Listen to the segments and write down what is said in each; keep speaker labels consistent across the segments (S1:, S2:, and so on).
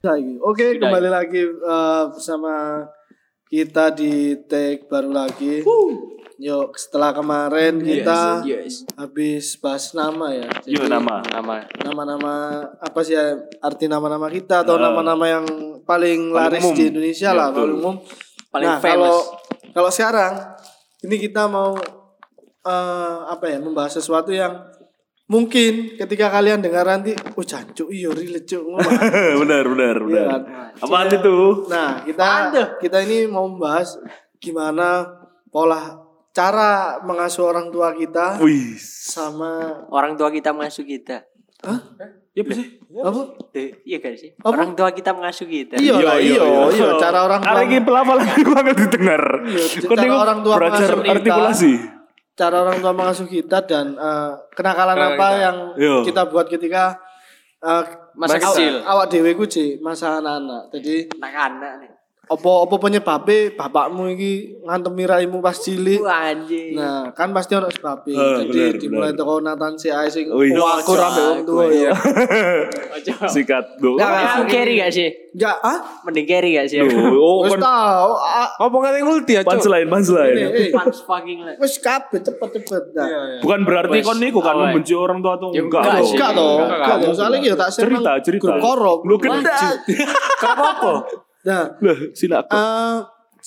S1: lagi. Oke,
S2: Sudah. ya.
S1: kembali lagi eh, bersama kita di take baru lagi. Yuk, setelah kemarin
S3: Iya,
S1: kita
S2: Yes,
S1: habis bahas nama ya. Jadi,
S4: Iya,
S2: Yo nama nama
S1: Nama-nama apa sih ya arti nama-nama kita atau nama-nama yang paling laris
S2: Eh. umum.
S1: di Indonesia
S2: Ya,
S1: lah
S2: betul.
S1: paling umum.
S2: Paling
S1: nah,
S2: famous.
S1: kalau kalau sekarang ini kita mau eh, apa ya membahas sesuatu yang mungkin ketika kalian dengar nanti, oh jancuk iyo relate cuk. Ngomong.
S4: benar benar
S1: Iya
S4: benar.
S1: kan?
S4: Apaan itu?
S1: Nah, kita kita ini mau membahas gimana pola cara mengasuh orang tua kita
S4: Wih.
S1: sama
S3: Orang tua kita mengasuh kita.
S1: Hah?
S2: Iya sih?
S1: apa?
S3: Tuh, iya kan sih?
S1: Apa?
S3: Orang tua kita mengasuh kita.
S1: Iya, lah, iya, iya, cara orang tua Iya,
S4: Arek iki pelafal aku banget didengar. Kok
S1: cara
S4: dia
S1: orang tua
S4: belajar
S1: mengasuh kita.
S4: artikulasi.
S1: Cara orang tua mengasuh kita dan eh, kenakalan apa yang
S4: Iya.
S1: kita buat ketika eh,
S3: Masa
S1: awak-
S3: kecil.
S1: Awak dhewe ku Ci, masa anak-anak. Jadi
S3: Anak-anak nih.
S1: apa-apa penyebabnya bapakmu iki ngantemi raimu pas cilik.
S3: Wah
S1: Iya.
S3: anjing.
S1: Nah, kan pasti ono sebabe.
S4: Ah,
S1: Jadi
S4: benar,
S1: dimulai
S4: benar.
S1: teko Nathan si Ae sing
S4: Wih.
S1: aku rambe wong tuwa
S4: iya.
S1: ya.
S4: Sikat go.
S1: Nah,
S3: Mending carry gak sih?
S1: Enggak, ah?
S3: Mending carry gak sih?
S4: Oh,
S1: Wis tau. ah,
S2: Ngomong yang ulti ya,
S4: pan
S2: Cuk.
S4: selain pan selain.
S1: eh, eh,
S3: Pants fucking lah.
S1: Wis kabeh cepet-cepet Nah, dah.
S3: Iya,
S4: Bukan berarti
S3: Wes,
S4: kon niku kan
S3: awal.
S4: membenci orang tua atau
S2: Ya,
S4: enggak.
S2: enggak
S4: loh.
S2: sih.
S1: Enggak toh,
S2: Enggak,
S1: enggak toh. Soalnya kita tak share
S4: Cerita
S1: nang
S4: cerita.
S1: grup korok.
S4: Lu kan- kendak.
S3: Kenapa?
S1: Nah,
S4: Lah, sini aku.
S1: eh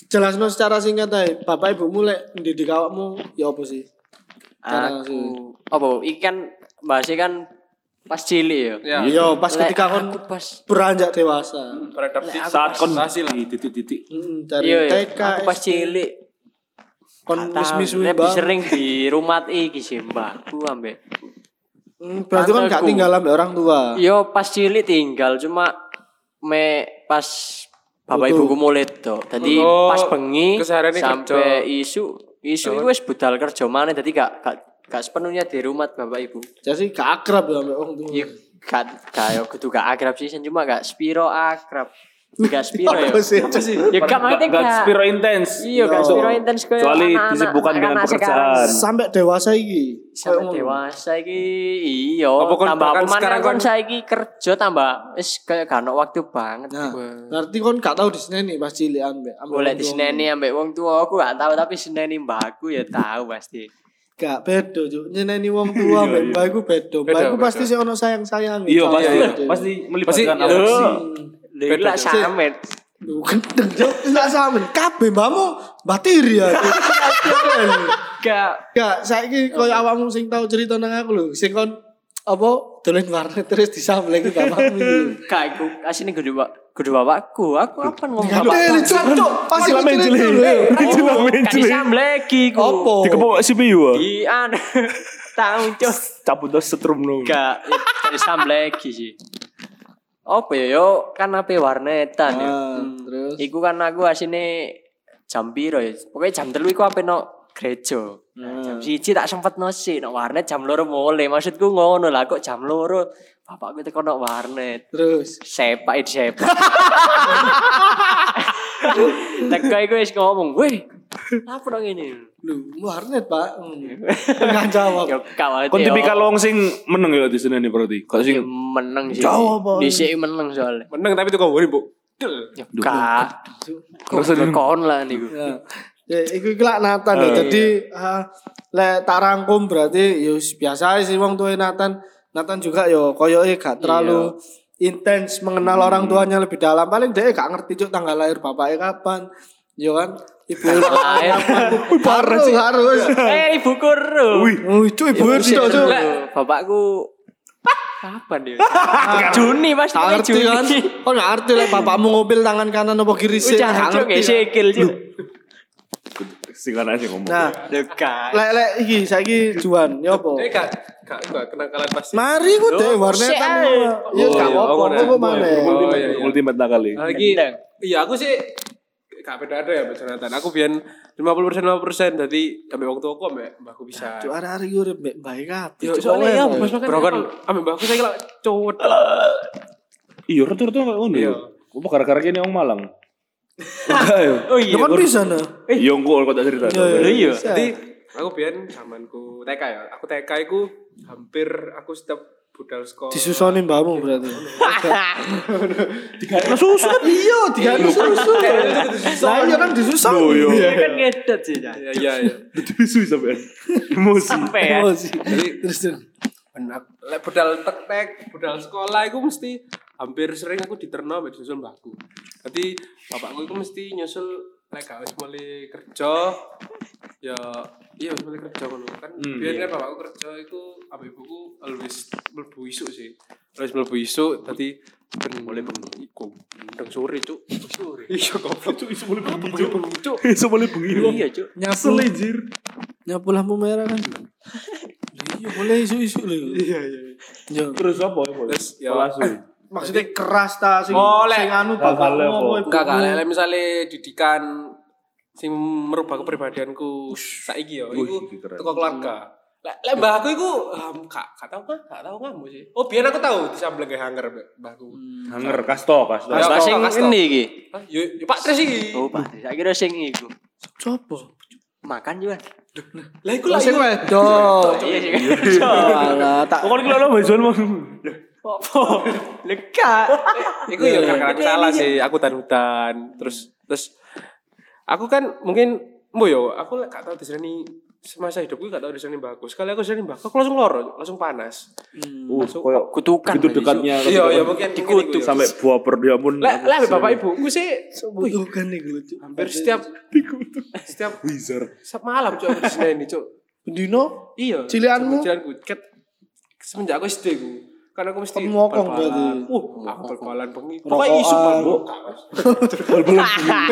S1: jelasno secara singkat ae. Bapak ibumu lek ndidik awakmu ya apa sih? Cara
S3: Aku.
S1: sih.
S3: Apa? Iki kan bahasnya kan pas cilik ya.
S2: Ya.
S1: Yo, Iya. pas
S3: Lek
S1: ketika kon
S3: aku pas
S1: beranjak dewasa.
S2: Beradaptasi.
S4: Saat kon
S2: Hasil lah.
S4: titik-titik.
S1: Mm,
S3: Iya,
S1: dari
S3: iya.
S1: TK,
S3: aku pas
S1: SD,
S3: cilik
S1: kon
S3: Gak tahu,
S1: wis-misui
S3: lebih
S1: bang.
S3: sering di rumah iki sih mbakku ambek
S1: Hmm, berarti kan gak
S3: Tanteku.
S1: tinggal ambil orang tua.
S3: Yo pas cilik tinggal cuma me pas bapak
S1: Betul.
S3: ibuku mulai tuh. Tadi
S2: Oh,
S3: pas bengi
S2: kesehariannya
S3: sampai isu isu itu wis budal kerja mana tadi gak gak gak sepenuhnya di rumah bapak ibu.
S1: Jadi gak akrab ya ambil orang tua.
S3: Iya gak gak yo kudu gak akrab sih sen, cuma gak spiro akrab. Gak spiro yo.
S1: Apa sih? Apa sih?
S3: Ya gak maksudnya
S4: Enggak
S3: gak.
S4: spiro intens.
S3: Iya gak
S1: No.
S3: spiro intens koyo
S4: Kecuali
S3: anak-anak-
S4: disibukkan dengan
S3: anak-anak
S4: pekerjaan.
S3: sekarang.
S1: Sampai dewasa iki.
S3: Sampai
S1: Kayak ngono.
S3: dewasa iki iya
S2: Apa kon
S3: tambah
S2: bahkan
S3: aku mana
S2: sekarang
S3: kon
S2: kon-
S3: saiki kerja tambah wis kayak gak ono waktu banget.
S1: Nah,
S3: Wah.
S1: berarti kon gak tau di sini nih pas cilik ambek ambek
S3: Boleh
S1: orang
S3: di
S1: tua.
S3: seneni ambek wong tua aku gak tahu tapi seneni mbakku ya tahu pasti.
S1: Gak bedo juk. Nyeneni wong tua ambek mbah iku bedo. Mbah
S2: Beda,
S1: iku
S2: beda.
S1: pasti sih ono sayang-sayang.
S4: Iya,
S1: Sama
S4: pasti
S1: dhewe.
S4: pasti iya.
S2: Pasti,
S4: melibatkan
S2: eh,
S4: emosi.
S3: Lha
S2: Beda,
S3: lak
S2: Cuk.
S3: samet.
S1: Duh, gendeng juk. Enggak sama. Kabeh mbahmu batiri ya.
S3: Gak
S1: Gak, saiki koyo awakmu sing tau cerita nang aku lho, sing kon apa dolen warnet terus disamble iki bapakmu iki.
S3: gak aku asine kudu ba- kudu bapakku. Aku apa ngomong
S1: Eh,
S3: bapak?
S1: cocok, pas
S4: Masih
S1: iku
S4: lama
S1: cerita
S4: jeli.
S1: lho.
S4: Masih lama
S3: Kan
S4: jeli.
S3: isam lagi ku.
S1: Apa?
S4: Dikepung CPU ah.
S3: Di an. Tahu cuk.
S4: Cabut dos setrum no.
S3: Gak kan isam lagi sih. Apa ya yo kan ape warnetan ya.
S1: Ah,
S3: Hmm.
S1: terus?
S3: Iku kan aku asine jam piro ya. Pokoknya jam 3 iku ape no gereja. Nah, Jam siji tak sempet nosi no warnet jam loro mulai. Maksudku ngono lah kok jam loro bapakku teko no warnet.
S1: Terus.
S3: Sepak itu sepak. Teko iku wis ngomong, "Weh, apa dong ini?"
S1: Lu warnet, Pak. Enggak jawab.
S3: Yo kawat.
S4: Kon tipikal wong sing meneng ya di sini nih berarti. Kok sing
S3: meneng sih.
S4: Jauh apa?
S3: Dhisik meneng soalnya.
S2: Menang tapi itu kau bu. Del.
S3: Ya kak. Kok
S4: Terus
S3: kon lah niku.
S1: Ya. Ya, iku iki lak Nathan lho. Jadi ah, lek tak rangkum berarti ya wis biasa ae sih wong tuwe Nathan. Nathan juga yo koyoke gak terlalu intens mengenal orang tuanya lebih dalam. Paling dia gak ngerti cuk tanggal lahir bapaknya kapan. Yo kan ibu
S3: Lahir.
S1: harus harus.
S3: Eh ibu kuru.
S1: Wih, cuk ibu cuk cuk.
S3: Enggak, Iya, bapakku kapan dia? Juni pasti
S1: Gak ngerti
S3: Juni.
S1: kan? Kok gak ngerti lek bapakmu ngopil tangan kanan apa kiri sih?
S3: Ucah
S1: Gak
S3: cuk
S1: ngerti. kan?
S3: sikil cuk.
S4: sing kan aja ngomong.
S1: Nah,
S3: Dekat.
S1: lek lek iki saiki Juan yo apa?
S2: Eh kak, kak enggak kenakalan pasti.
S1: Mari ku deh warnetan.
S3: Sik, ae.
S1: Ya gak
S2: iya,
S1: apa-apa,
S2: bangunan.
S1: apa mana.
S2: Oh, iya, iya.
S4: Ultimate nakal ya.
S2: Lagi.
S3: Gendeng.
S2: Iya aku sih Kak beda ada ya Mbak Jonathan. Aku biar 50% 50% jadi sampai waktu aku sampai mbakku bisa.
S1: Cuk hari-hari urip mbek bae kabeh.
S2: Yo,
S1: Cuk,
S2: soalnya ya,
S1: oleh.
S2: mas makan.
S3: Bro, kan-
S2: ambil mbakku saya kalau cowok.
S4: Iya, rata-rata kayak ngono.
S2: Iya.
S4: ya. Kok gara-gara kene wong Malang. Enggak ya.
S3: Oh
S1: Ya
S3: iya.
S1: kan bisa nah.
S4: Iya, engko kok tak cerita.
S1: Iya,
S3: Lho iya.
S1: Bisa.
S2: Jadi aku biar zamanku TK ya. Aku TK aku hampir aku setiap budal sekolah.
S1: disusoni mbakmu berarti digawe susu kan iya digawe susu lah iya kan disusoni
S4: Loh, iya.
S3: Ini kan ngedet sih. Cak.
S2: Iya iya iya.
S4: Disusui sampean. Emosi.
S3: Sampai ya.
S1: Emosi.
S2: Jadi
S1: terus terus
S2: benak lek budal tek-tek, budal sekolah iku mesti hampir sering aku diterno mek disusul mbahku. Dadi bapakku iku mesti nyusul lek gak wis mulai kerja ya iya wis mulai kerja ngono kan.
S4: Hmm,
S2: Biyen
S4: iya.
S2: kan bapakku kerja iku ambek ibuku always mlebu isuk sih. Terus mlebu isuk dadi ben mulai bengi iku. Ndang sore, Cuk. Sore. Iya goblok. Cuk isuk mulai bengi, Cuk.
S4: Iso boleh bengi wong.
S3: Iya, Cuk.
S1: nyapu
S4: Asli jir.
S1: nyapu lampu merah kan iya boleh isu-isu lho
S2: Iya iya.
S1: yo
S4: Terus apa ya boleh?
S2: Terus ya
S4: Pola asu.
S1: maksudnya keras ta sing
S2: Boleh.
S1: sing anu
S4: Hal-hal
S1: bapakmu
S4: apa?
S1: apa
S2: Enggak enggak,
S1: ibumu?
S2: lele misalnya didikan sing merubah kepribadianku saiki yo
S4: Wih,
S2: iku
S4: iki keren.
S2: teko keluarga. Lek lek mbahku iku um, gak gak tau mah, gak tau ngamu sih. Oh, biyen aku tau disambleng ke hanger mbak- mbahku.
S4: Hanger kasto kasto.
S2: Kasto.
S3: Mas sing
S2: Kasto.
S3: ini iki.
S2: Hah, Yo yo Pak Tris iki.
S3: Oh, Pak. Saya kira sing iku.
S1: Coba.
S3: Makan juga.
S2: Lah iku
S1: Lah
S2: lah
S1: sing
S2: yo.
S1: wedok.
S3: Iya sih. Alah, tak
S4: Pokoknya kalau lo bajuan mau.
S3: apa? Leka.
S2: Iku yo gak salah sih, Iya, aku hutan Terus terus aku kan mungkin mbo yo aku lek gak tau disreni semasa hidupku gak tau disreni mbahku. Sekali aku disreni mbahku aku langsung loro, langsung panas.
S4: Uh, koyok
S3: Kutukan. Mas,
S4: gitu dekatnya.
S2: Iya, iya mungkin
S4: Dikutuk
S2: mungkin iku yo.
S4: sampai buaper dia pun.
S2: Lek lek bapak ibuku sih
S1: Itu kan nih lucu.
S2: hampir setiap
S4: Dikutuk.
S2: setiap
S4: Wizard.
S2: Setiap malam cok aku diseneni cok.
S1: Dino
S2: Iya.
S1: Cilianmu?
S2: Cilianku. Ket semenjak aku SD ku. Kan aku mesti
S1: Kamu ngokong
S2: bal-balan.
S1: berarti.
S2: Uh, aku bal-balan bengi. Pokoknya isu
S1: Rokokan.
S2: bambu.
S4: Bal-balan.
S1: Iya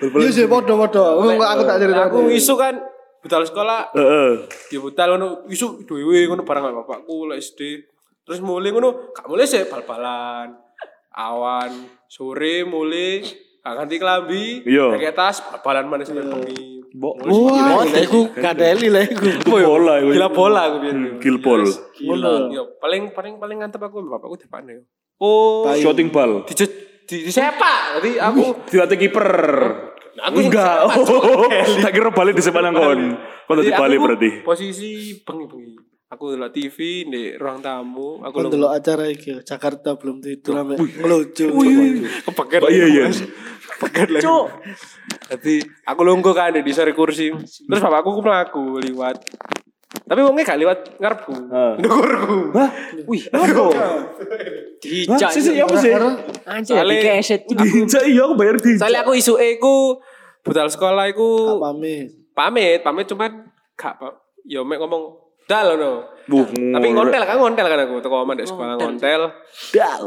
S4: Bal-balan.
S1: sih podo-podo. Enggak aku tak cerita.
S2: Aku isu kan budal sekolah,
S4: Heeh.
S2: ya budal ngono isu dhewe ngono barang karo bapakku lek SD. Terus mulai ngono, gak mulai sih bal-balan. Awan sore mulai gak ganti kelambi,
S4: Iya.
S2: pakai tas, bal-balan manis sampai bengi.
S1: Iya.
S4: Mbok.
S1: Wah, lek iku gadeli lek iku.
S4: Itu bola iku.
S2: Gila bola aku biar.
S4: Hmm, Gilpol.
S1: Gila.
S2: Yo, paling paling paling ngantep aku mbak bapakku depan yo. Oh,
S4: Shooting ball.
S2: di di, di sepak. Jadi aku
S4: Dilatih kiper.
S2: aku yang
S4: Enggak.
S2: sepak, Cuk.
S4: Oh, tak kira balik di sepanjang kon. Kon
S2: Jadi
S4: tadi
S2: Iya, aku
S4: balik berarti.
S2: Posisi bengi-bengi. Aku ndelok TV di ruang tamu, aku
S1: Aku
S2: ndelok
S1: ndelok acara iki Jakarta belum tidur sampe ngelucu. Wih.
S2: kepeker.
S4: Oh, iya, iya.
S2: Kepeker lagi. Jadi aku lungguh kan di sore kursi. Terus bapakku ku mlaku liwat. Tapi wongnya gak liwat ngarepku.
S4: Heeh.
S2: Ndurku.
S4: Ah. Hah?
S3: Wih,
S4: Hah?
S3: dijak.
S4: Sih, sih, apa sih?
S3: Anjir,
S2: Ale.
S3: dikeset.
S4: Diinjak iya aku bayar diinjak.
S2: Soalnya aku isu iku budal sekolah iku
S1: Pamit.
S2: pamit, pamit cuman gak pa- yo mek ngomong dal no.
S4: Buh,
S2: Tapi ngontel kan ngontel kan aku teko omah di sekolah ngontel.
S3: Dal.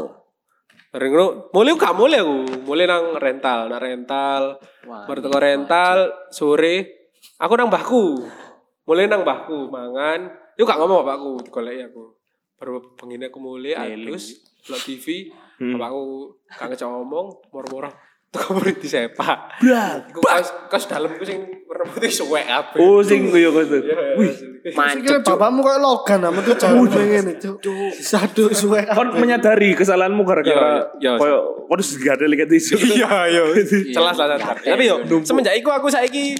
S2: Bareng ngono, mulai aku gak mulai aku, mulai nang rental, nang rental.
S3: Wah,
S2: Baru teko rental sore aku nang mbahku. Mulai nang mbahku mangan. Yo gak ngomong bapakku, digoleki aku. Baru pengine aku mulai
S3: Keliling.
S2: alus lo TV, bapakku gak ngejak ngomong, moro-moro teko murid disepak. Iku kaos kaos dalemku sing warna putih suwek kabeh.
S4: Oh, sing iya kok itu.
S2: Iya, iya, iya.
S1: Sikile bapakmu koyo logan sama tuh jamu ngene, Cuk. Sadu suwe.
S4: Kon menyadari kesalahanmu gara-gara
S2: Iya, iya, iya.
S4: koyo kon harus digadel kayak isu.
S2: iya iya celah celah celah.
S3: Iya,
S2: tapi yo
S3: iya.
S2: semenjak iku aku saiki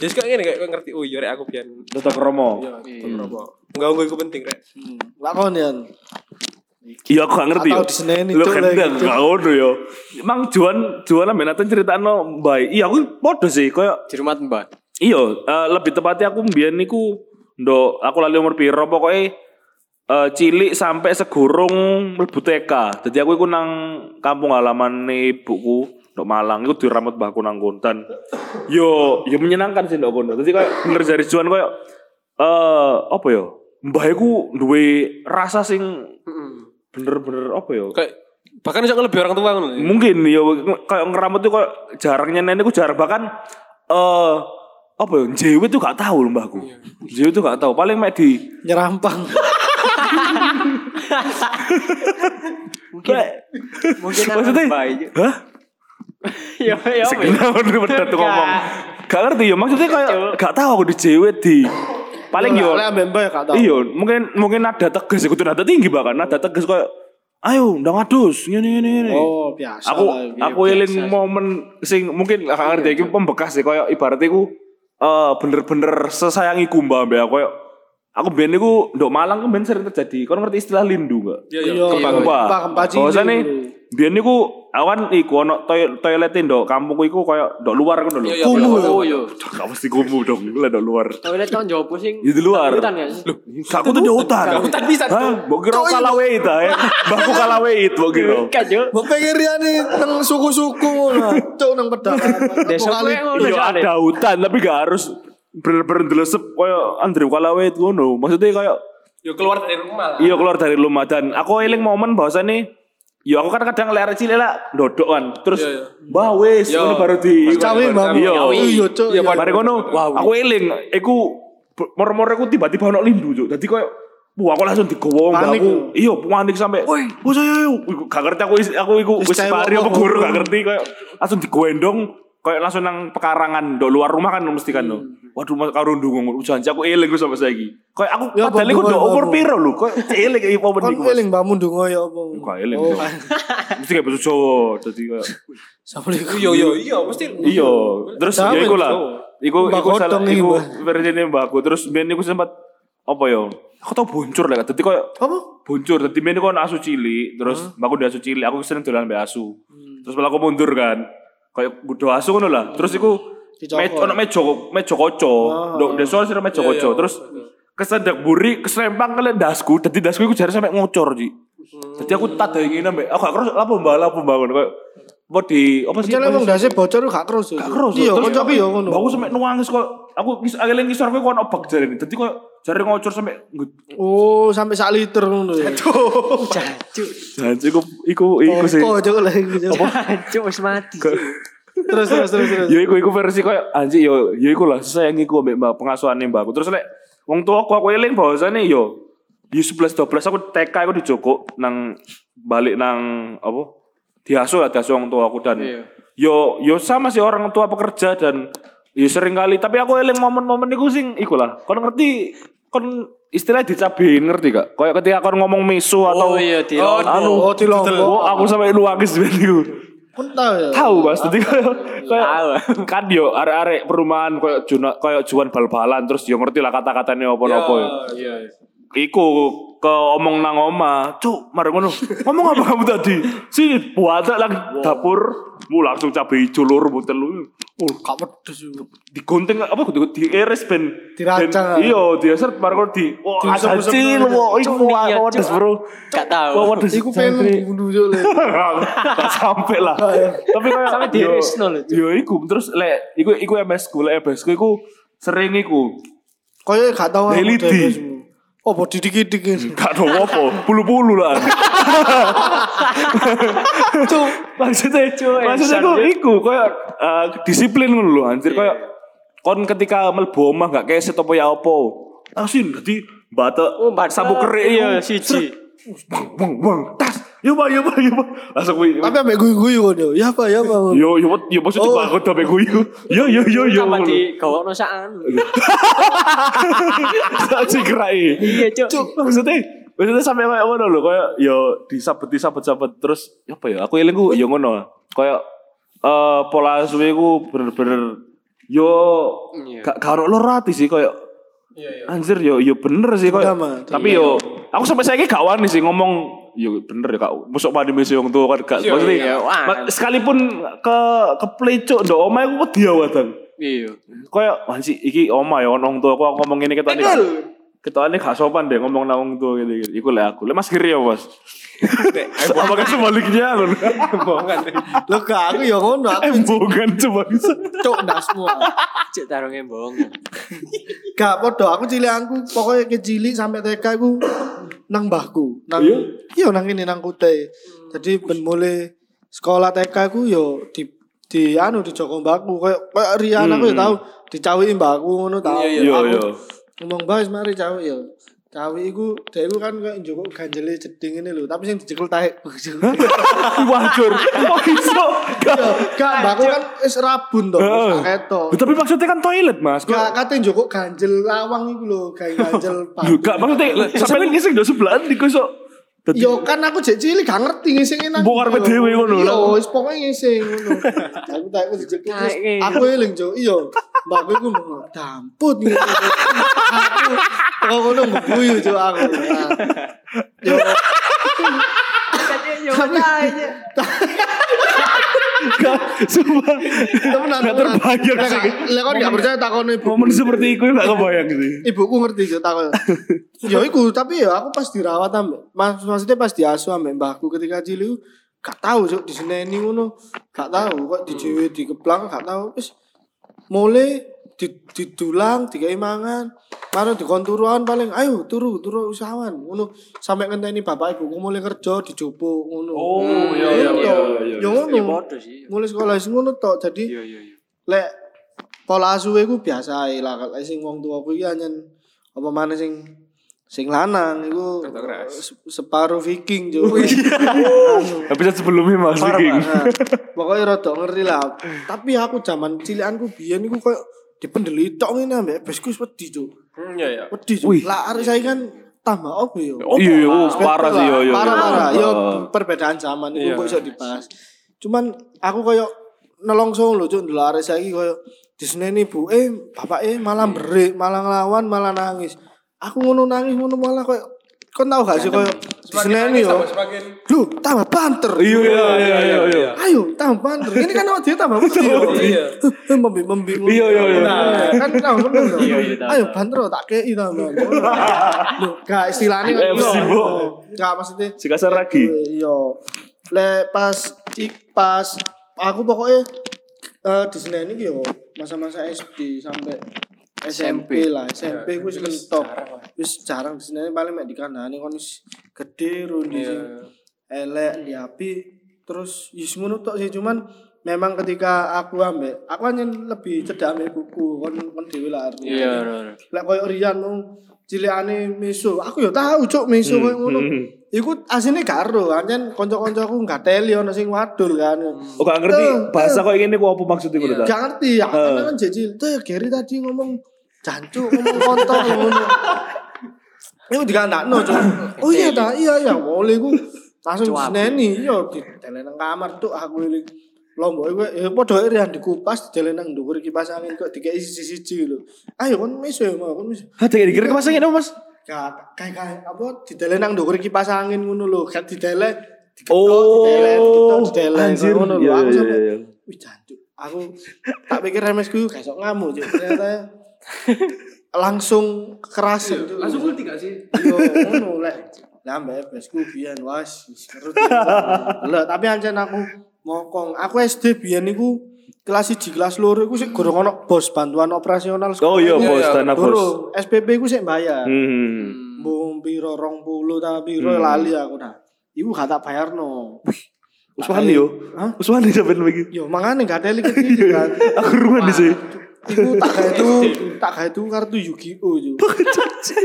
S2: ya kok ngene kayak ngerti oh iya rek aku biyen
S4: Tetap romo.
S2: iya enggak enggak iku penting rek
S1: Lakon Hmm. yan.
S4: Iya aku gak ngerti
S1: Atau
S4: yo.
S1: diseneni,
S4: Lu
S1: Cuk,
S4: kan
S1: lagi,
S4: gak
S1: Cuk.
S4: gak ngono yo. Emang Juan Juan ambe Nathan critakno baik. Iya aku podo sih koyo
S3: Di rumah Mbak.
S4: Iya, eh, lebih tepatnya aku mbiyen niku ndok aku lali umur piro pokoke eh, cilik sampai segurung mlebu TK. Dadi aku iku nang kampung halaman ibuku ndok Malang iku diramut mbahku nang Kontan. Yo, yo menyenangkan sih ndok kono. Dadi koyo bener jari Juan koyo eh apa yo? Mbah iku duwe rasa sing bener-bener apa yo?
S2: kayak bahkan iso lebih orang tua ngono lho.
S4: mungkin ya kayak ngeramut tuh kayak jarangnya nenek ku jarang bahkan eh apa ya jewe tuh gak tahu loh mbahku jewe tuh gak tahu paling mek di
S1: Nyerampang.
S3: Mungkin mungkin anak
S4: maksudnya
S3: Mbak itu.
S4: hah
S3: Yo yo.
S4: segenap udah bener tuh ngomong gak ngerti ya maksudnya kayak gak tahu aku di jewe di paling yo
S1: Lah ambek mbak ya, gak tau.
S4: iya mungkin mungkin nada tegas kudu nada tinggi bahkan nada tegas kayak ayo ndang adus ngene ngene ngene
S1: Oh, biasa. Iya,
S4: aku
S1: lah, iya.
S4: aku eling momen sing mungkin gak ngerti iki pembekas sih koyo ibaratnya ku eh bener-bener sesayangi kumba mbak aku koyo Aku ben niku ndok Malang ku ben sering terjadi. Kau ngerti istilah lindu enggak?
S2: Iya, iya.
S1: Iya,
S2: Kembang.
S1: iya.
S4: Kempa.
S1: Kempa, kempa cilik.
S4: Bahwasane
S1: iya,
S4: biyen niku awan iku ono toy- toilet ndok kampungku iku koyo ndok luar ngono lho.
S2: Iya, iya.
S1: Kumuh.
S2: Oh, iya.
S4: Gak mesti kumuh dong, lah ndok luar.
S3: Toilet kan jauh pusing.
S4: Ya, di luar.
S3: Hutan ya.
S4: Aku tuh di hutan.
S2: Gak hutan bisa,
S4: Hah, mbok kira
S1: iya.
S4: kalaweit ta ya. Mbakku kalaweit mbok kira.
S3: Kan yo.
S1: Mbok pengen riane nang suku-suku lah. Cuk nang pedalaman.
S3: Desa
S1: Kali-
S3: kue ngono
S4: Iya
S3: soalnya.
S4: ada hutan tapi gak harus bener-bener delesep koyo Andre kalaweit ngono. Maksudnya koyo
S2: Yo keluar dari rumah lah.
S4: Iya keluar dari rumah dan aku eling momen bahwasannya Ya aku kan kadang lere cilik lah dodok kan. Terus
S2: Iya, iya.
S4: mbah wis
S2: Iya.
S4: ngono baru di
S1: Cawe
S2: Iya.
S1: mbak. Oh,
S4: Iya.
S1: Iya cuk.
S2: Iya,
S1: iya.
S2: Pak.
S4: Mari ngono, aku eling, aku moro-moro aku tiba-tiba ono lindu juk. Dadi koyo Wah, aku langsung digowo
S1: Panik,
S4: mbakku. Iya, panik sampe. "Oh, Woi, wis ayo ayo. Iku Gak ngerti aku is- aku iku
S1: Wis
S4: wis
S1: cewek
S4: pari apa
S1: apa
S4: guru
S1: guru.
S4: gak ngerti koyo langsung digendong koyo langsung nang pekarangan ndok luar rumah kan mesti kan
S1: Hmm.
S4: lho. Waduh, mas karo ndungu janji aku eling ku sampe saiki. Koyo aku
S1: Ya,
S4: padahal iku
S1: Bang,
S4: ndok
S1: Bang,
S4: umur
S1: Bang.
S4: piro lho, koyo eling iki momen
S1: Kon
S4: iku. Mas.
S1: eling mbakmu ndonga ya apa?
S4: Gak eling.
S1: Oh,
S4: Cok. Mesti kayak bahasa Jawa dadi koyo
S1: Assalamualaikum.
S2: Iya, iya, iya, mesti.
S4: Iya, terus ya
S1: Sampai
S4: iku lah.
S1: Jawa.
S4: Iku
S1: Mbak
S4: iku salah
S1: Kodong ini,
S4: iku
S1: Mbak.
S4: versi mbakku. Terus ben iku sempat apa ya? Aku tau boncur lah, dadi koyo
S1: Apa?
S4: boncur. Dadi ben iku ono asu cilik, terus mbakku di asu cilik, aku sering dolan mbek asu. Terus malah aku mundur kan. Kayak gudo asu ngono lah. Terus iku
S1: Dicokot.
S4: me ono meja meja kaca. Ndok desa sira meja kaca. Terus kesedak buri keserempang kalian dasku dadi dasku iku jare sampe ngocor ji dadi aku tak dayangi nambah aku gak keros lapo mbak lapo mbak ngono kayak apa di apa sih
S1: Cile wong dase bocor gak keros.
S4: Gak keros.
S1: Iya,
S4: Terus
S1: kocok ya ngono.
S4: Aku sampe nuangis kok. Aku ngis akhirnya ngisor kowe kok obak jare ini. Dadi koyo jare ngocor sampe
S1: Oh, sampai sak liter ngono ya.
S3: Jancuk.
S4: janji iku iku iku sih.
S1: Kok cuk lah iku, Cuk.
S3: Jancuk wis mati.
S1: Terus terus terus terus.
S4: Ya iku iku versi koyo anjing yo ya iku lah sayang iku ambek mbak pengasuhane mbakku. Terus lek wong tua aku aku eling bahwasane yo di 11 12 aku TK aku dijokok nang balik nang apa? Diasuh lah diasuh wong tua aku dan
S3: Iya.
S4: yo yo sama sih orang tua pekerja dan yo sering kali tapi aku eling momen-momen iku sing iku lah. Kon ngerti kon istilah dicabein ngerti gak? Kayak ketika kon ngomong misu atau
S3: Oh iya, di
S4: Oh, anu,
S1: Oh, di lombok.
S4: oh, aku sampai nuangis ben iku
S1: Kon tau ya.
S4: tahu mas jadi kayak kayak- kan yo arek-arek perumahan kayak juna kayak juan bal-balan terus yo ngerti lah kata-katanya apa-apa ya.
S2: Iya, iya.
S4: iku ke omong nang oma cuk mari ngono ngomong apa kamu tadi si buat lang dapur mu langsung cabai hijau lur mu telu
S1: Oh, gak pedes. iku.
S4: digunting apa diiris di eres ben
S1: Diracang.
S4: ben- iyo di eser mari ngono di wah
S1: Diusap-usap
S4: kecil
S1: dulu.
S4: wah iku wah
S3: iya,
S4: wedes
S3: Cuk.
S4: bro
S3: Gak tahu.
S4: wah wedes
S1: Iku pengen bunuh cuk lah.
S4: Gak sampai lah.
S1: Oh, iya.
S4: Tapi kayak sampai
S3: di Resno lho, Cuk.
S4: Yo iku terus lek iku iku MS ku lek MS ku iku sering iku.
S1: Koyo gak tau aku
S4: Daily D.
S1: dewesmu. Oh, body dikit-dikit. Cuk,
S4: Gak ada apa, bulu-bulu lah. Maksudnya, maksudnya ku iku kayak eh, disiplin ngono lho
S3: Iya.
S4: anjir kayak kon ketika mlebu omah gak keset apa ya apa. Langsung dadi batek
S3: Oh, batek.
S4: sapu kerik
S3: Iya,
S4: iku.
S3: siji.
S4: Sret. Wang wang wang tas. Yo ba yo ba yo ba. Langsung kuwi.
S1: Tapi ambek guyu-guyu ngono. Ya apa ya apa. ngono.
S4: Yo yo yo maksudnya
S1: Oh.
S4: oh. aku dobek guyu. Yo yo yo yo.
S3: Sama di gawokno sak anu.
S4: Tak cikerai.
S3: Iya, Cuk.
S4: Cuk, maksudnya maksudnya sampai kayak ngono lho, kayak yo disabet disabet sabet terus apa ya? Aku eling ku yo ngono. Kayak eh pola suwe ku bener-bener yo gak karo lor ati sih kayak Anjir yo yo bener sih kayak.
S1: Dendam, ah.
S4: Tapi yo aku sampai saiki gak wani sih ngomong yo bener ya kak musuk pandemi sih wong tua kan gak
S2: Yo,
S4: maksudnya
S3: iya, wah.
S4: ma- sekalipun ke ke plecuk ndok omahe ku wedi ya wadang
S3: Iya.
S4: Kayak wah sih iki oma ya ono wong tua aku aku ngomong ngene ketone. gak- Ketone gak sopan deh ngomong nang wong tua gitu. Iku lek aku. Lek Mas Giri ya, Mas. Apakah sebaliknya lho?
S2: Bohongan.
S1: Lho gak aku ya ngono. Aku
S4: Embongan coba bisa.
S1: cuk ndasmu.
S3: Ah, Cuk tarunge bohong.
S1: Gak podo, aku cilik aku pokoknya kecilik sampai TK aku nang mbahku. Nang
S4: Iya?
S1: iya nang ini nang kute. Jadi ben mulai sekolah TK aku yo di di anu di Joko mbakku kayak kayak Rian aku ya tau dicawi mbakku ngono tau.
S2: Hmm. Iya,
S4: Yo
S1: Aku
S4: yo.
S1: Ngomong bahas mari cawi yo. Cawi iku dhek iku kan kayak njukuk ganjele jeding ini lho, tapi sing dijekel tahe.
S4: Wajar. Kok bisa? Gak-
S1: Gak mbakku kan wis rabun to, wis
S4: Heeh.
S1: gak ketok.
S4: Tapi maksudnya kan toilet, Mas.
S1: Gak
S4: Kok
S1: kate njukuk ganjel lawang iku lho, gak ganjel
S4: Lho, gak maksudnya sampean ngising ndok sebelahan iku iso dadi
S1: Yo kan aku jek cilik gak ngerti ngising enak.
S4: Mbok karepe dhewe ngono
S1: Iya,
S4: lah.
S1: wis pokoke ngising ngono. Aku tak aku dijek terus
S3: Kae.
S1: aku e eling jo. Iya, mbakku iku mau damput ngene. Aku kok ngono lu ngeguyu cuk aku. Nah, Yo Tapi-
S4: Gak, sumpah.
S1: temenan.
S4: Gak
S1: temenan.
S4: terbayang
S1: Lah,
S4: sih.
S1: gak- Lah kan gak percaya takon ibu.
S4: Momen seperti itu gak kebayang sih.
S1: Ibuku ngerti cuk takon. Yo iku tapi ya aku pas dirawat ambek mas, maksudnya pas diasuh ambek mbahku ketika cilik gak tahu cuk di seneni ngono. Gak tahu kok dijewe dikeplang gak tahu wis mulai di- didulang dikai mangan karo dikon turuan paling ayo turu turu usahawan ngono sampai ngenteni bapak ibuku mulai kerja dijopo ngono
S4: Oh,
S1: iya, iya, iya, iya. Yo
S3: Ya
S1: ngono.
S3: bodoh sih.
S1: Mulai sekolah sing ngono tok. Jadi
S2: Iya iya iya.
S1: lek pola asuh iku biasa ae lah lek sing wong tua kuwi anyen apa maneh sing sing lanang iku
S2: Kerja keras.
S1: se- separuh viking jo.
S4: Episode sebelumnya Mas Viking.
S1: Nah, pokoknya rada ngerti lah. Tapi aku zaman cilikanku biyen iku koyo dipendeli tok ngene ambek besku wis wedi jo.
S2: Hmm, iya iya.
S1: Wedi jo.
S4: Wih.
S1: Lah arek saiki kan tambah opo yo.
S4: Iya, iya, oh, parah sih yo yo.
S1: Parah parah. Yo
S4: Heeh.
S1: perbedaan zaman itu
S2: Iya.
S1: kok iso dibahas. Cuman aku koyo nelongso lho cuk ndelok arek saiki koyo diseneni bu eh bapak eh malah berik, malah nglawan, malah nangis. Aku ngono nangis ngono malah koyo kon tau gak sih koyo
S2: Semakin
S1: diseneni
S2: nangis
S1: yo.
S2: tambah semakin
S1: Duh, tambah banter.
S4: Iya iya iya iya iya. Oh,
S1: Ayo, tambah banter. Ini kan awak dia tambah wedi.
S2: Iya.
S1: Eh, Membi membi.
S4: Iya, iya, iya.
S1: Nah, Kan tahu ngono.
S3: Iya, iya, tahu,
S1: Ayo
S3: tahu.
S1: banter tak kei tambah. Lho, gak istilahnya
S4: Eh, mesti, Bu.
S1: Gak maksudnya.
S4: Si kasar lagi.
S1: Iya. Le pas ik- pas aku pokoknya eh di sini ini yo masa-masa SD sampai SMP lah SMP
S4: Ya,
S1: gue wis mentok wis jarang di sini paling mek di kandhane kon wis gede rundi
S4: Iya.
S1: sing elek di api terus yus ngono tok sih cuman memang ketika aku ambek aku hanya lebih cedak ambek buku kon kon dhewe lah artinya.
S3: Iya,
S1: lek koyo Rian mau cilikane miso aku ya tahu cuk miso koyo ngono
S4: hmm.
S1: iku asine karo anjen kanca-kancaku gak teli ono sing wadul kan
S4: Oh gak ngerti
S1: Tuh,
S4: bahasa kok ini ku apa maksudnya ku
S1: gak ngerti ya
S4: Eh.
S1: kan jecil tuh Gary tadi ngomong jancuk ngomong kontol ngono Iku dikandakno cuk. Oh iya ta, iya iya boleh ku langsung
S3: Cuap.
S1: seneni yo ditelen nang kamar tuh aku ini lombok iku ya padha ae rian dikupas ditelen nang dhuwur kipas angin kok dikei siji-siji lho. Ayo kon miso ya mau kon miso.
S4: Hah tak dikira ke pasangin apa Mas?
S1: Gak kayak kayak apa ditele nang dhuwur kipas angin ngono lho, gak ditele diketok,
S4: Oh,
S1: ditele, diketok, ditele,
S4: anjir.
S1: ngono lho.
S4: Iya,
S1: Aku
S4: iya,
S1: sampe,
S4: iya, iya.
S1: Wih jancuk. Aku tak pikir remesku gak sok ngamuk Cuk. ternyata langsung keras Cuk.
S2: langsung ngerti gak sih?
S1: Yo, ngono lek lambe besku biyen was wis kerut. Lho, tapi ancen aku ngokong. Aku SD biyen niku kelas 1 kelas loro iku sik gorong ono bos bantuan operasional
S4: Oh iya
S2: Iya,
S4: bos
S2: iya,
S4: tanah bos.
S1: Durung, SPP ku sik bayar.
S4: Hmm.
S1: Mbung piro 20 ta piro
S4: Hmm.
S1: lali aku nah. Iku gak tak bayarno.
S4: Uswani yo.
S1: Hah?
S4: Uswani sampean lagi.
S1: Yo mangane gak teli kecil kan.
S4: Aku ruan di sini.
S1: Iku tak gawe itu, tak gawe itu kartu Yu-Gi-Oh. Cuk.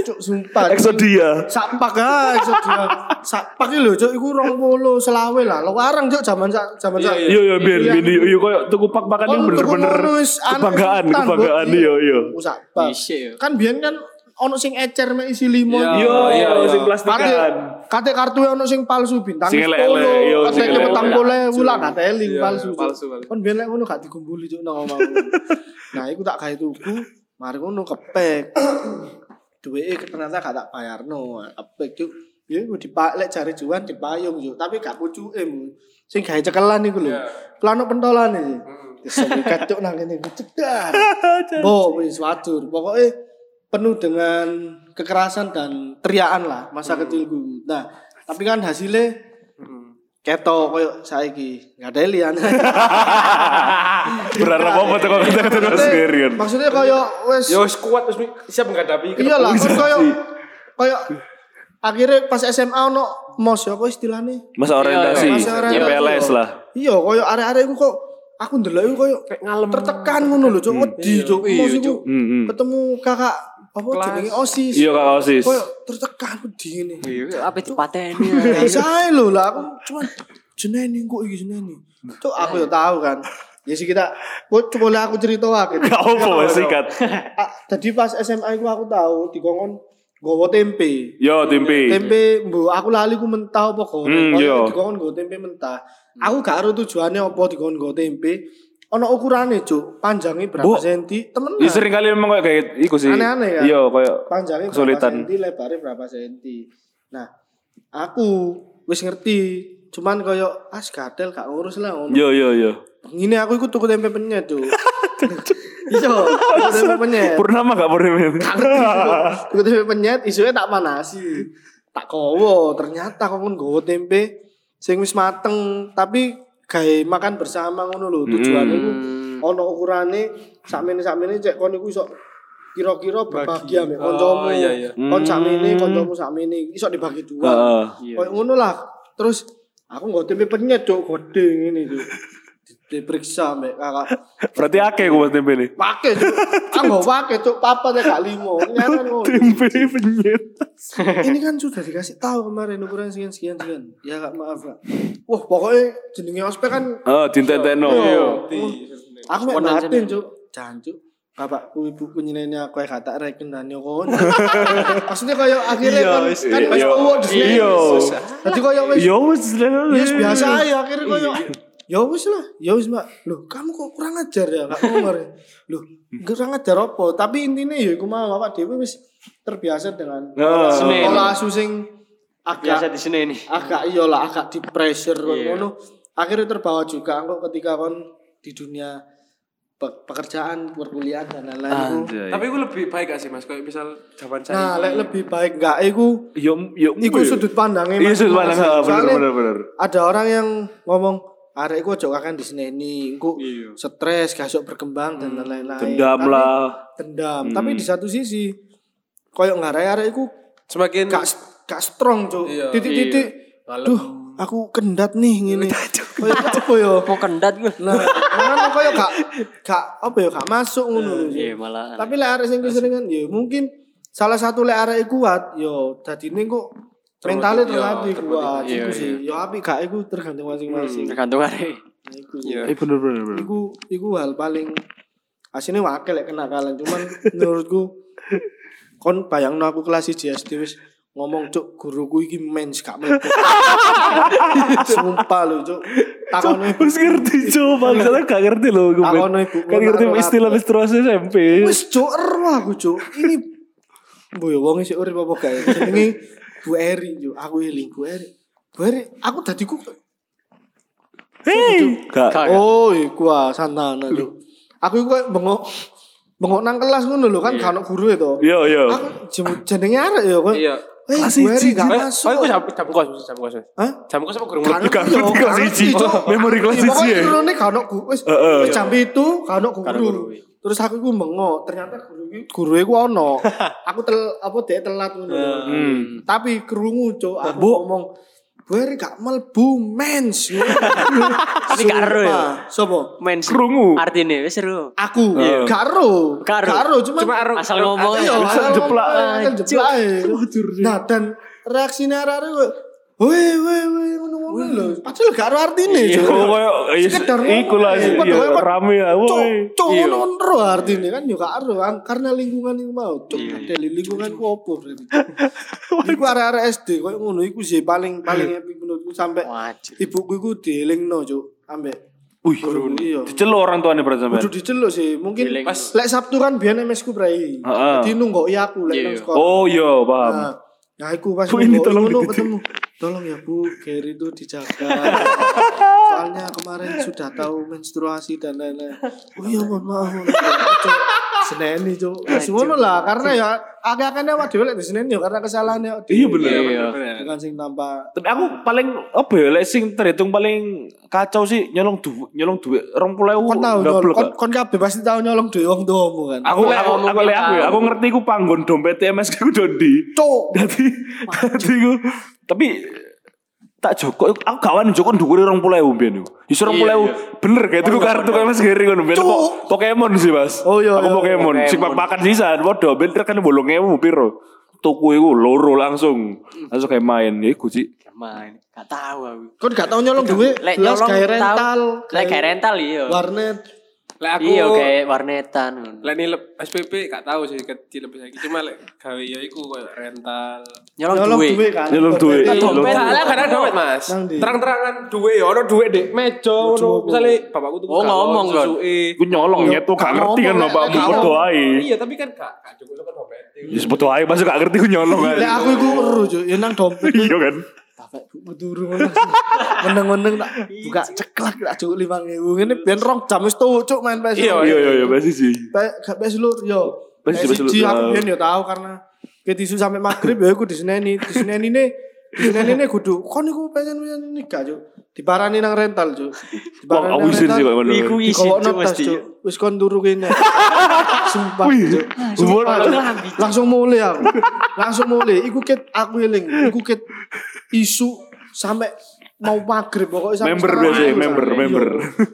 S1: Cuk, sumpah.
S4: Exodia.
S1: Sakpak guys, sakpak iki lho cuk iku 20 selawe lah. Lo warang cuk zaman sak zaman sak.
S4: Yo yo ben
S1: Iya.
S4: ben yo yo koyo Oh, tuku pak-pakan yang
S1: Kon tuku
S4: bener-bener
S1: ngono wis anu
S4: kebanggaan
S1: sultan,
S4: kebanggaan
S1: Bos.
S4: yo yo.
S1: Iku Oh, sakpak.
S3: Isik, yo.
S1: Kan biyen kan ono sing ecer mek isi limon.
S2: Iya.
S4: Yo kan.
S2: iya, iya.
S4: sing
S1: Kate
S4: plastikan.
S1: kate kartu e ono sing palsu bintang
S4: Sing
S1: 10.
S4: elek-elek, yo, sing
S1: Kate
S4: elek-elek.
S1: petang boleh ulah gak teli
S2: Iya,
S1: palsu. Cuk.
S2: palsu, palsu.
S1: Kon biyen lek ngono gak dikumpuli cuk nang omahku. Nah, iku tak gawe tuku, mari ngono kepek. Duweke ternyata gak tak bayarno, kepek cuk. Ya iku dipak lek jare juan dipayung cuk, tapi gak pucuke mu. Sing gawe cekelan iku lho.
S2: Iya. Hmm.
S1: Plano pentolan iki. Disekat cuk nang kene iku cedar. Bo wis wadur. Pokoke penuh dengan kekerasan dan teriakan lah masa
S2: Hmm.
S1: kecilku. Nah, tapi kan hasilnya keto koyo saiki. Gak ada lian.
S4: Berharap apa tuh kalau kita ketemu sendiri kan.
S1: Maksudnya koyo wes
S2: Ya wis kuat wis Mi. siap menghadapi ke-
S1: iyalah kon koyo koyo akhirnya pas SMA ono mos ya kok istilahnya.
S4: Mas orientasi,
S1: Mas orientasi.
S4: IPLS lah.
S1: Iya koyo arek-arek iku kok aku ndelok iku koyo
S2: ngalem.
S1: tertekan ngono lho cuk wedi cuk mos iku
S4: Hmm, hmm.
S1: ketemu kakak apa
S2: Kelas.
S1: jenenge OSIS.
S4: Iya Kak Osis.
S1: Koyo tertekan wedi ngene.
S3: Apa itu paten
S1: Biasa ae lho lah aku cuman jeneni kok iki jeneni. Cuk aku ya tahu kan. Ya sih kita, kok boleh aku cerita wae.
S4: Gak apa Mas singkat.
S1: Ah, tadi pas SMA aku aku tahu dikongkon gowo tempe.
S4: Yo Timpi.
S1: Tempe mbo aku lali ku mentah apa goreng.
S4: Iya. Hmm, iya. Hmm.
S1: Pokoknya dikongkon gowo tempe mentah. Aku gak ero tujuane apa dikongkon gowo tempe. ono ukurane, Cuk. Panjangnya berapa
S4: Bu.
S1: senti? Temenan.
S4: Ya sering kali memang kayak kayak iku sih.
S1: Aneh-aneh kan?
S4: Iya, kayak
S1: panjangnya
S4: Kesulitan.
S1: berapa senti, lebarnya berapa senti. Nah, aku wis ngerti, cuman koyo as gadel gak ngurus lah ngono.
S4: yo yo yo.
S1: Ini aku ikut tuku tempe penyet tuh. Iya, tuku tempe penyet.
S4: Purnama gak purnama.
S1: Tuku tempe penyet isuke tak panasi. Tak kowo, ternyata kok ngono nggowo tempe sing wis mateng, tapi gawe makan bersama ngono lho
S4: Hmm.
S1: tujuane iku ono ukurane sakmene sakmene cek kon iku iso kira-kira berbagi ambek
S2: Oh,
S1: kancamu.
S2: iya, iya.
S1: Kon sakmene
S4: Hmm.
S1: kancamu sakmene iso dibagi dua.
S4: Heeh.
S1: Kayak ngono lah. Terus aku nggak tempe penyet cok gede ngene cok. Di- Diperiksa mbek kakak.
S4: Berarti akeh gue mas tempe nih.
S1: Pakai cok. Aku nggak pakai cok. Papa ya gak limo. Nyana ngono.
S4: Tempe penyet.
S1: Ini kan sudah dikasih tahu kemarin ukuran sekian sekian sekian. Ya kak maaf kak. Wah pokoknya jenenge ospek kan.
S4: Oh, dintenteno.
S1: Iya.
S2: Di
S1: Aku mek
S3: Warna
S1: batin
S3: jenenge.
S1: cok. Jancuk. Bapakku ibuku nyeneni aku yang kata reken dan nyokon. Maksudnya kayak akhirnya
S2: Iya,
S1: kan
S2: wis.
S1: kan pas
S4: Iya.
S1: uang di sini.
S4: Iya.
S1: Jadi kayak wis
S4: Yo wis lah.
S1: Ya yes, biasa aja akhirnya koyo ya wis lah, ya wis Mbak. Loh, kamu kok kurang ajar ya Kak Umar. Loh, kurang ajar apa? Tapi intinya ya iku mau awak dhewe wis terbiasa dengan
S4: Nah.
S1: pola- pola asu sing agak
S3: Ya, di sini nih.
S1: agak iya lah agak di pressure koyo
S3: Iya.
S1: ngono. Akhirnya terbawa juga engko ketika kon di dunia pe- pekerjaan, perkuliahan dan lain-lain. iku.
S4: Anjay.
S2: Tapi gue lebih baik gak sih mas? Kayak misal zaman saya.
S1: Nah,
S3: Iya.
S1: lek lebih baik enggak iku
S4: yo yo
S1: iku sudut pandangnya
S4: Iya sudut pandang.
S1: masing-masing.
S4: ha, Bener
S1: Soalnya
S4: bener bener.
S1: ada orang yang ngomong arek iku ojo kakan diseneni, engko
S2: Iya.
S1: stres, gasok berkembang dan lain-lain.
S4: Hmm. Dendam
S1: Tapi-
S4: lah. Hmm.
S1: Dendam. Tapi di satu sisi koyo ngarai arek iku
S2: Semakin
S1: gak gak strong, Cuk.
S2: Iya.
S1: Titik-titik.
S2: Ngalem.
S1: Duh, aku kendat nih ngene. Koyo apa yo?
S3: Mau kendat gue.
S1: Nah, kan koyo gak gak apa yo gak masuk ngono.
S3: Iya malah.
S1: Tapi lek arek sing keseringan ya mungkin salah satu lek arek kuat yo dadine kok mentalnya terlatih kuat iku sih. Yo apik gak iku tergantung masing-masing.
S3: Hmm, Tergantung hari.
S1: Iku sih.
S2: Iya.
S4: Eh bener bener bener.
S1: Iku iku hal paling asine wakil lek kenakalan cuman menurutku kon bayangno aku kelas 1 SD wis ngomong cuk guruku iki mens gak mlebu. Sumpah lho cuk. Takone
S4: Wis ngerti coba, misalnya gak ngerti loh gue.
S1: Takon
S4: Ben.
S1: ibu.
S4: Kan ngerti
S1: Takon
S4: istilah
S1: aku.
S4: menstruasi SMP.
S1: wis cuk ero aku cuk. Ini Bu yo wong sik urip apa gak ya? jenenge Bu Eri cuk. Aku eling Bu Eri. Bu Eri aku dadi ku
S4: Hei, gak.
S3: Kak.
S1: Oh, iku ah santana cuk. Aku iku kayak bengok bengok nang kelas ngono lho kan gak ono guru itu.
S4: Yo yo.
S1: Aku jem- jenenge arek ya kok.
S2: Iya.
S1: Eh,
S4: Kelas
S1: gue
S4: siji,
S1: gak
S2: Kayak-
S1: masuk.
S2: Kayak gue jam jam kos, jam kos.
S1: Hah?
S2: Jam kos apa kurang
S1: Gak ngerti,
S4: ngerti
S2: lebih?
S1: Cok.
S4: kelas
S1: Gak
S4: siji.
S1: ngerti, Cok.
S4: Memori kelas
S1: Pokoknya
S4: siji, ya.
S1: turunnya gak ono guru. Wis
S4: Heeh.
S1: wis jam itu gak ono
S3: ono
S1: guru.
S3: guru.
S1: Terus aku iku bengok, ternyata guru iki guru iku ono. Aku tel apa dhek telat ngono. lho.
S4: Hmm.
S1: Tapi kerungu, Cok. Aku
S4: Bu.
S1: ngomong gue ini gak melbu mens.
S3: Tapi gak ero ya?
S1: Sopo?
S3: Main
S4: Kerungu.
S3: Artinya wis seru.
S1: Aku gak ero.
S3: Gak ero.
S1: Gak ero, cuman
S2: Cuma aru-
S3: Asal ngomong
S1: Iya,
S3: aja.
S1: asal
S4: jeplak
S1: ngomong, asal jeplak aja. Nah, dan reaksi narare kok woi woi woi ngono-ngono lho. Padahal gak ada artine, Cuk.
S4: Oh, koyo iya,
S1: Sekedar ngomong
S4: iku lah
S1: aja.
S4: iya,
S1: Padahal kan
S4: rame ya.
S1: Cuk,
S4: Woi.
S1: cuk ngono ero artine kan yo gak ero ang- karena lingkungan iku mau. Cuk, ada lingkungan ku opo berarti. Iku arek-arek SD koyo ngono iku sih paling paling epic menurutku sampai
S3: Wajib.
S1: ibuku iku dielingno, Cuk, ambek
S4: Wih,
S1: guru iya.
S4: diceluk orang tuane berarti sampean.
S1: Kudu diceluk sih. Mungkin
S3: Dieling.
S1: pas lek Sabtu kan biyen MS ku prai.
S4: Heeh.
S1: Jadi nunggu ya aku lek nang
S3: Iya.
S1: sekolah.
S4: Oh, yo,
S1: Nah,
S4: paham.
S1: nah aku pas
S4: Bu, ini
S1: ngomong,
S4: tolong
S1: ngono
S4: dititik.
S1: ketemu. Tolong ya Bu, Gary itu dijaga. Soalnya kemarin sudah tahu menstruasi dan lain-lain. Oh iya mohon maaf. mohon maaf, Cuk. Seneni cuk. Wis ngono lah karena ya agak-agaknya awak dhewe lek diseneni ya karena kesalahannya awak dhewe.
S4: Iya bener.
S1: Bukan sing tanpa
S4: Tapi aku paling apa ya lek sing terhitung paling kacau sih nyolong duit nyolong duit
S1: kon
S4: 20.000
S1: tahu
S4: nggak
S1: nyolong
S4: Oh, blok,
S1: kon
S4: Kak.
S1: kon kabeh pasti tahu nyolong dhewe wong tuamu kan.
S4: Aku
S3: Lek
S4: aku aku
S3: ngomongin
S4: lek aku ya,
S3: tahu.
S4: aku ngerti ku panggon dompet TMS ku dondi.
S1: Cuk.
S4: Dadi dadi ku tapi tak joko aku gak wani joko dhuwure 20.000 biyen iku. Iso 20.000 bener kayak tuku kartu kayak Mas Geri ngono biyen
S1: Cuk.
S4: kok Pokemon sih Mas.
S1: Oh, iya, iya,
S4: Aku Pokemon sing
S3: Pokemon.
S4: pakan sisan padha ben tekan 8.000 piro. Tuku iku loro langsung. Langsung kayak main ya iku sih.
S3: Main. Gak tahu aku.
S1: Kon gak tahu nyolong dhewe.
S3: Lek
S1: belas
S3: nyolong
S1: gawe
S3: tahu-
S1: rental.
S3: Lek gawe rental iya.
S1: warnet
S2: Lek aku
S3: Iya kayak warnetan.
S2: Lek nilep SPP gak tahu sih kecil lebih saiki cuma lek gawe ya iku koyo rental.
S3: Nyolong
S1: Nyolong
S3: duit.
S1: duwe kan.
S4: Nyolong duwe.
S1: Dompet.
S4: Nyolong
S2: Dompet
S3: dompet.
S2: lah karena dompet Mas.
S1: Nang ndi?
S2: Terang-terangan duwe ya ono duwe Dek. Meja ngono. Misale bapakku tuku
S3: Oh, ngomong, Gon.
S4: Gue nyolong nyetu gak ngerti kan bapakmu podo ae.
S2: Iya, tapi kan gak gak cukup sama dompet.
S4: Ya podo ae masuk gak ngerti gue nyolong ae.
S1: Lek aku iku weruh Cuk, ya nang dompet.
S4: Iya kan.
S1: Bapak bu meduru ngono. Meneng-meneng tak buka ceklak tak juk 5000 ngene ben rong jam wis tuh cuk main PS.
S2: Iya,
S4: Iya iya iya pasti sih.
S1: Pe- Gak PS lur yo.
S4: Pes- pes lur,
S1: Siji
S4: tau.
S1: aku biyen yo tahu karena ke tisu sampai maghrib ya aku diseneni, diseneni ne diseneni ne kudu kon niku pengen pengen ini gak cuk. Diparani nang rental cuk.
S4: Wong
S1: Diparani
S4: aku
S1: nang
S4: izin sih
S1: rental,
S4: kok ngono.
S3: Iku izin
S1: dikowokno
S3: tuh
S1: tas,
S3: mesti.
S1: Cuk. Wis kon turu kene. Sumpah.
S4: Wih,
S1: Cuk.
S4: umur
S1: Sumpah, Cuk. langsung mulai aku. Langsung mulai. Iku ket aku eling. Iku ket isu sampai mau maghrib pokoknya sampai
S4: Member
S1: setengah
S4: biasa,
S1: telu
S4: member,
S1: sampai.
S4: member.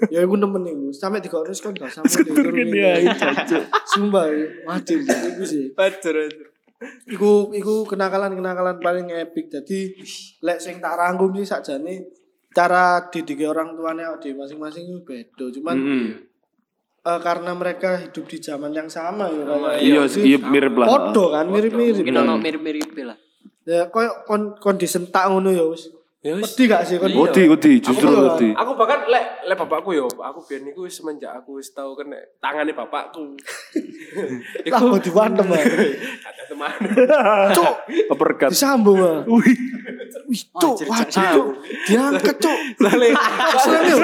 S1: Yo, Ya iku nemen iku. Sampai dikorek kon gak sampe.
S4: Sekutur kene ae cocok.
S1: Sumpah, wajib iku sih.
S2: Bajur aja.
S1: Iku iku kenakalan-kenakalan paling epic. Jadi lek sing tak rangkum sih sakjane cara didik orang tuanya di masing-masing itu beda. Cuman
S4: Mm-mm.
S1: eh, karena mereka hidup di zaman yang sama ya kayak
S4: Iya sih, iya mirip lah.
S1: podo kan mirip-mirip
S3: Mungkin ono mirip-mirip lah.
S1: ya koyo kon kon disentak ngono ya wis
S2: Ya wis.
S1: wedi gak sih kon
S4: Udi, udi, justru
S1: Aku-
S4: udi.
S2: Aku bahkan lek lek bapakku yo, aku biyen niku wis semenjak aku wis tau kena tangane bapakku.
S1: lah kok diwantem ya
S2: Ada teman.
S1: cuk
S4: Uppercut.
S1: disambung ah
S4: Wih,
S1: wih cuk
S3: Anjir,
S1: wajib
S3: jangan.
S1: cuk diangkat cuk
S2: Lale.
S1: Serem, yuk.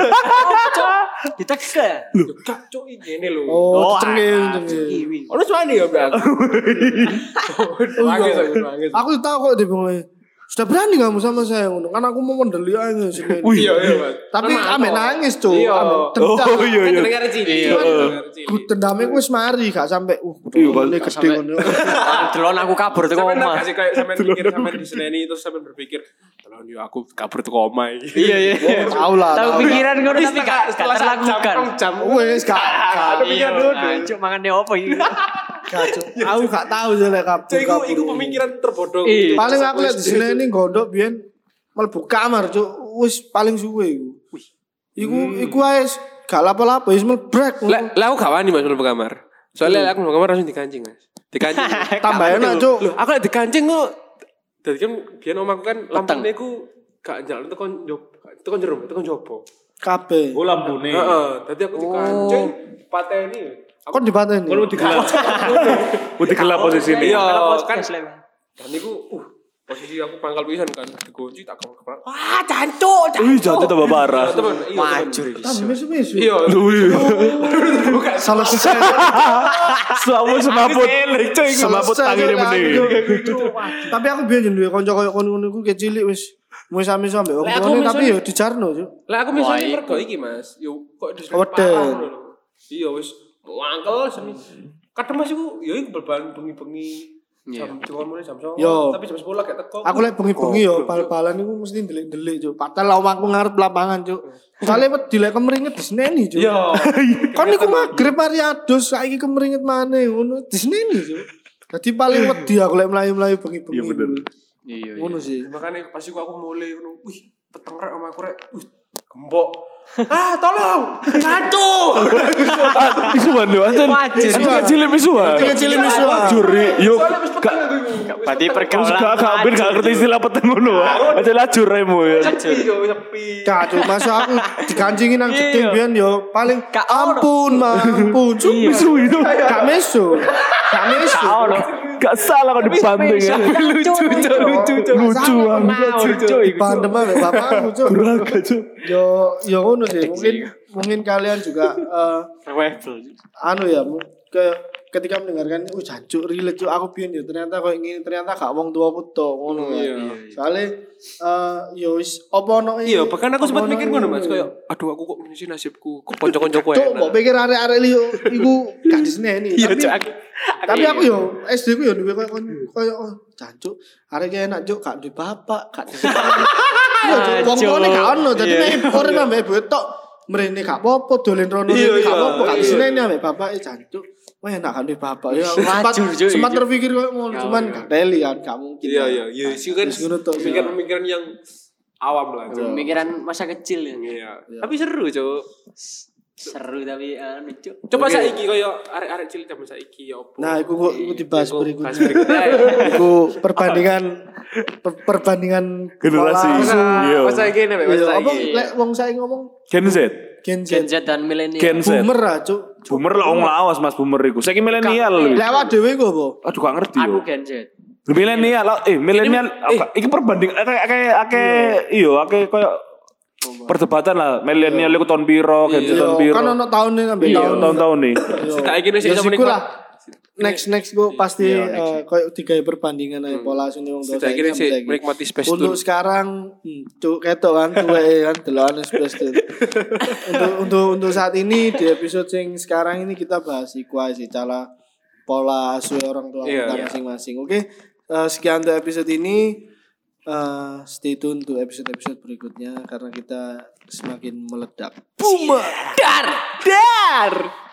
S3: Ditekan.
S2: Gak cuk ini lho.
S1: oh
S3: ah,
S1: cengeng
S3: cengeng.
S1: cengeng
S2: Ono suani ya bro.
S3: Iya.
S2: Nangis aku nangis.
S1: aku tahu kok dibengoi sudah berani kamu sama saya ngono kan aku mau mendeli aja sini
S2: Iya iya Mas.
S1: tapi
S2: Nangis.
S1: ame nangis cuk
S2: Iya. Kan
S1: ame tendang
S4: Oh, iya, iya.
S2: Dengar cilik.
S1: Cuman,
S2: dengar
S1: ku
S2: cilik.
S1: tendamnya ku wis mari gak sampai uh
S4: Iya, kan.
S1: ini gede ngono
S3: Delon aku kabur tuh
S2: Sampai nak
S3: omah.
S2: kasih kayak sampai mikir sampai di seneni terus sampai berpikir, tolong yo aku kabur tuh koma iki.
S3: Iya iya.
S1: tahu lah
S3: Tahu
S1: tahu lah.
S3: pikiran ngono
S2: Wis,
S3: tapi gak gak
S2: setelah sak jam,
S3: terlakukan.
S2: rong jam.
S1: wes gak gak-
S3: Iya, cuk mangane opo iki?
S2: Oh,
S1: gak cuk aku gak tahu sih lek kabur
S2: Cuk, Iku iku
S1: kabur.
S2: pemikiran terbodoh.
S3: Iya.
S1: paling aku lihat di sini ini gondok biyen mlebu kamar cuk wis paling suwe iku iku iku ae s- gak lapo-lapo wis mlebrek
S2: Lah, lah aku gak wani mas mlebu kamar.
S3: Iya.
S2: Soalnya aku mlebu kamar langsung dikancing mas. Dikancing.
S1: tambah enak cuk
S2: Loh, aku lagi dikancing kok. Jadi kan biar omaku kan
S3: Peteng.
S2: lampunya aku gak jalan itu kan job, itu kan jerum, itu kan jopo.
S1: kabeh
S4: Oh lampune.
S2: Heeh, tadi aku dikancing, pateni. Aku
S1: kon dipateni
S4: Kalau digelap. Udi gelap posisi ini.
S2: iya kan.
S3: podcast lem.
S2: Dan iku uh posisi aku pangkal pisan kan dikunci tak kau kepala. Wah, jancuk, jancuk.
S4: Wih, jatuh tambah parah.
S2: Temen, iya.
S3: Maju
S2: temen.
S3: iki.
S1: tambah wis
S2: Iya.
S4: Wih,
S2: Buka
S1: selesai
S4: selamu semaput. Semaput
S1: Selesai,
S4: tangannya
S1: Cuk,
S4: meni.
S1: aku, Cuk. tapi aku biyen jenenge kanca koyo kon ngono iku kecilik wis Mau sami sampe wong
S2: Lah, aku
S1: tuane tapi yo
S2: misalnya-
S1: dijarno cuk.
S2: Lah aku misalnya
S3: Wah,
S2: mergo iki Mas, yo kok di
S1: Keweden.
S2: Iya wis mangkel seni. Kadang Mas iku yo iku berbahan bengi-bengi. Jam yeah. mulai jam 9.
S1: Yo.
S2: Tapi jam 10 gak teko.
S1: Aku lek bengi-bengi yo bal-balan iku mesti ndelik-ndelik cuk. Padahal omahku ngarep lapangan cuk. Soale wedi lek kemringet diseneni cuk.
S2: Yo.
S1: Kon niku magrib mari adus saiki kemringet maneh ngono diseneni cuk. Dadi paling wedi aku lek mlayu-mlayu bengi-bengi.
S4: Iya, bener.
S3: Iya.
S1: Ngono sih.
S2: Makane pas iku aku mulai ngono, wih, peteng rek sama aku rek. Wih, gembok. ah, tolong. Ngaco.
S4: Isuan lho, anjen.
S3: Wajib.
S4: Anjen kecilim isuan.
S1: Kecilim isuan.
S4: Juri, yuk.
S2: Soalnya wis peteng aku iku.
S3: Berarti
S4: Terus
S3: pergaulan.
S4: gak gak ben gak ngerti istilah peteng ngono. Aja lajur remu ya.
S2: Sepi yo, sepi.
S1: Gak cuk, masa aku dikancingin nang jeding
S3: Iya.
S1: biyen yo paling
S3: Gak ono.
S1: ampun, ma, ampun cuk.
S4: Isu itu.
S1: Gak mesu. Gak mesu.
S4: Gak salah kalau dibanting ya.
S3: Lucu lucu lucu
S4: Lucu banget.
S3: Mau lucu iku.
S1: Pandem ae bapakku cuk.
S4: Berlaga cuk.
S1: Yo yo ngono sih. Mungkin mungkin kalian juga eh, anu ya mu- ke ketika mendengarkan oh jancuk relate cuk aku biyen yo ternyata kok ini ternyata gak wong tua aku tok ngono ya. Soale eh yo wis apa ono iki?
S2: Iya, bahkan aku sempat
S1: Apa ono
S2: mikir ngono
S1: iki?
S2: Mas, kayak aduh aku kok ngene sih nasibku, kok kanca-kancaku
S1: Cuk,
S2: enak.
S1: mbok pikir arek-arek liyo iku gak disneni.
S3: Iya
S1: Tapi-
S3: cuk aku.
S1: Tapi aku yo SD ku yo duwe koyo koyo oh jancuk arek iki enak juk gak duwe bapak, gak duwe. Iya Cuk, wong
S3: Cuk.
S1: tuane gak ono dadi
S3: Iya.
S1: nek urip ambek ibu tok mrene gak apa-apa dolen rono
S2: Iya,
S1: rene gak
S2: iya.
S1: apa-apa gak
S2: Iya.
S1: diseneni ambek bapak e jancuk. Wah enak gak duwe bapak. Ya aku sempat
S3: Wajur, Cuk,
S1: sempat
S3: iya.
S1: terpikir koyo ngono
S3: Iya,
S1: cuman
S3: iya.
S1: gak teli kan gak mungkin.
S2: Iya iya iya sih kan
S1: Terus ngono tok.
S2: pemikiran-pemikiran yang awam lah. Cuk.
S3: Pemikiran masa kecil ya.
S2: Iya. Tapi seru, Cuk.
S3: Seru tapi anu cuk.
S2: Coba saiki koyo arek-arek cilik zaman saiki ya opo.
S1: Nah, iku kok iku dibahas
S2: Iku
S1: berikutnya.
S2: bahas berikutnya.
S1: Iku perbandingan per- perbandingan
S4: Generasi.
S1: sekolah.
S2: Nah,
S4: Iya.
S2: masa iki nek
S1: Iya,
S2: masa
S1: apa
S2: iki.
S1: lek wong saya ngomong
S4: Gen Z.
S1: Gen Z.
S3: Gen Z dan milenial.
S4: Gen Z.
S1: Boomer ah, Cuk.
S4: Boomer lah wong lawas Mas Boomer iku. Saiki milenial lho.
S1: Lek awak dhewe iku apa?
S4: Aduh gak ngerti
S3: Aku
S4: yo.
S3: Gen Z.
S4: Milenial lah eh milenial eh, iki perbanding ake ake ake iyo ake koyo perdebatan lah milenial iku tahun piro, Gen Z
S1: Yo,
S4: tahun piro.
S1: kan ono tahun ini sampai
S4: Iya,
S1: tahun.
S4: tahun-tahun nih.
S1: Yo.
S2: Tak iki nek sik
S1: Ya,
S2: iso
S1: siku
S2: menikmat.
S1: lah. Next next
S2: Iya,
S1: gue pasti eh, koyo tiga perbandingan
S2: Hmm.
S1: aja pola sini wong tua
S2: Tak iki nek
S1: saiki
S2: sik
S1: sampai saiki.
S2: menikmati space
S1: Untuk sekarang hmm, cuk ketok kan tuwe kan delokan space Tune. Untuk untuk untuk saat ini di episode sing sekarang ini kita bahas iku aja sih cara pola asuh orang tua
S2: Iya,
S1: kita
S2: iya.
S1: masing-masing. Oke. eh, sekian untuk episode ini. Eh, stay tune untuk episode-episode berikutnya karena kita semakin meledak.
S3: Dar. Dar.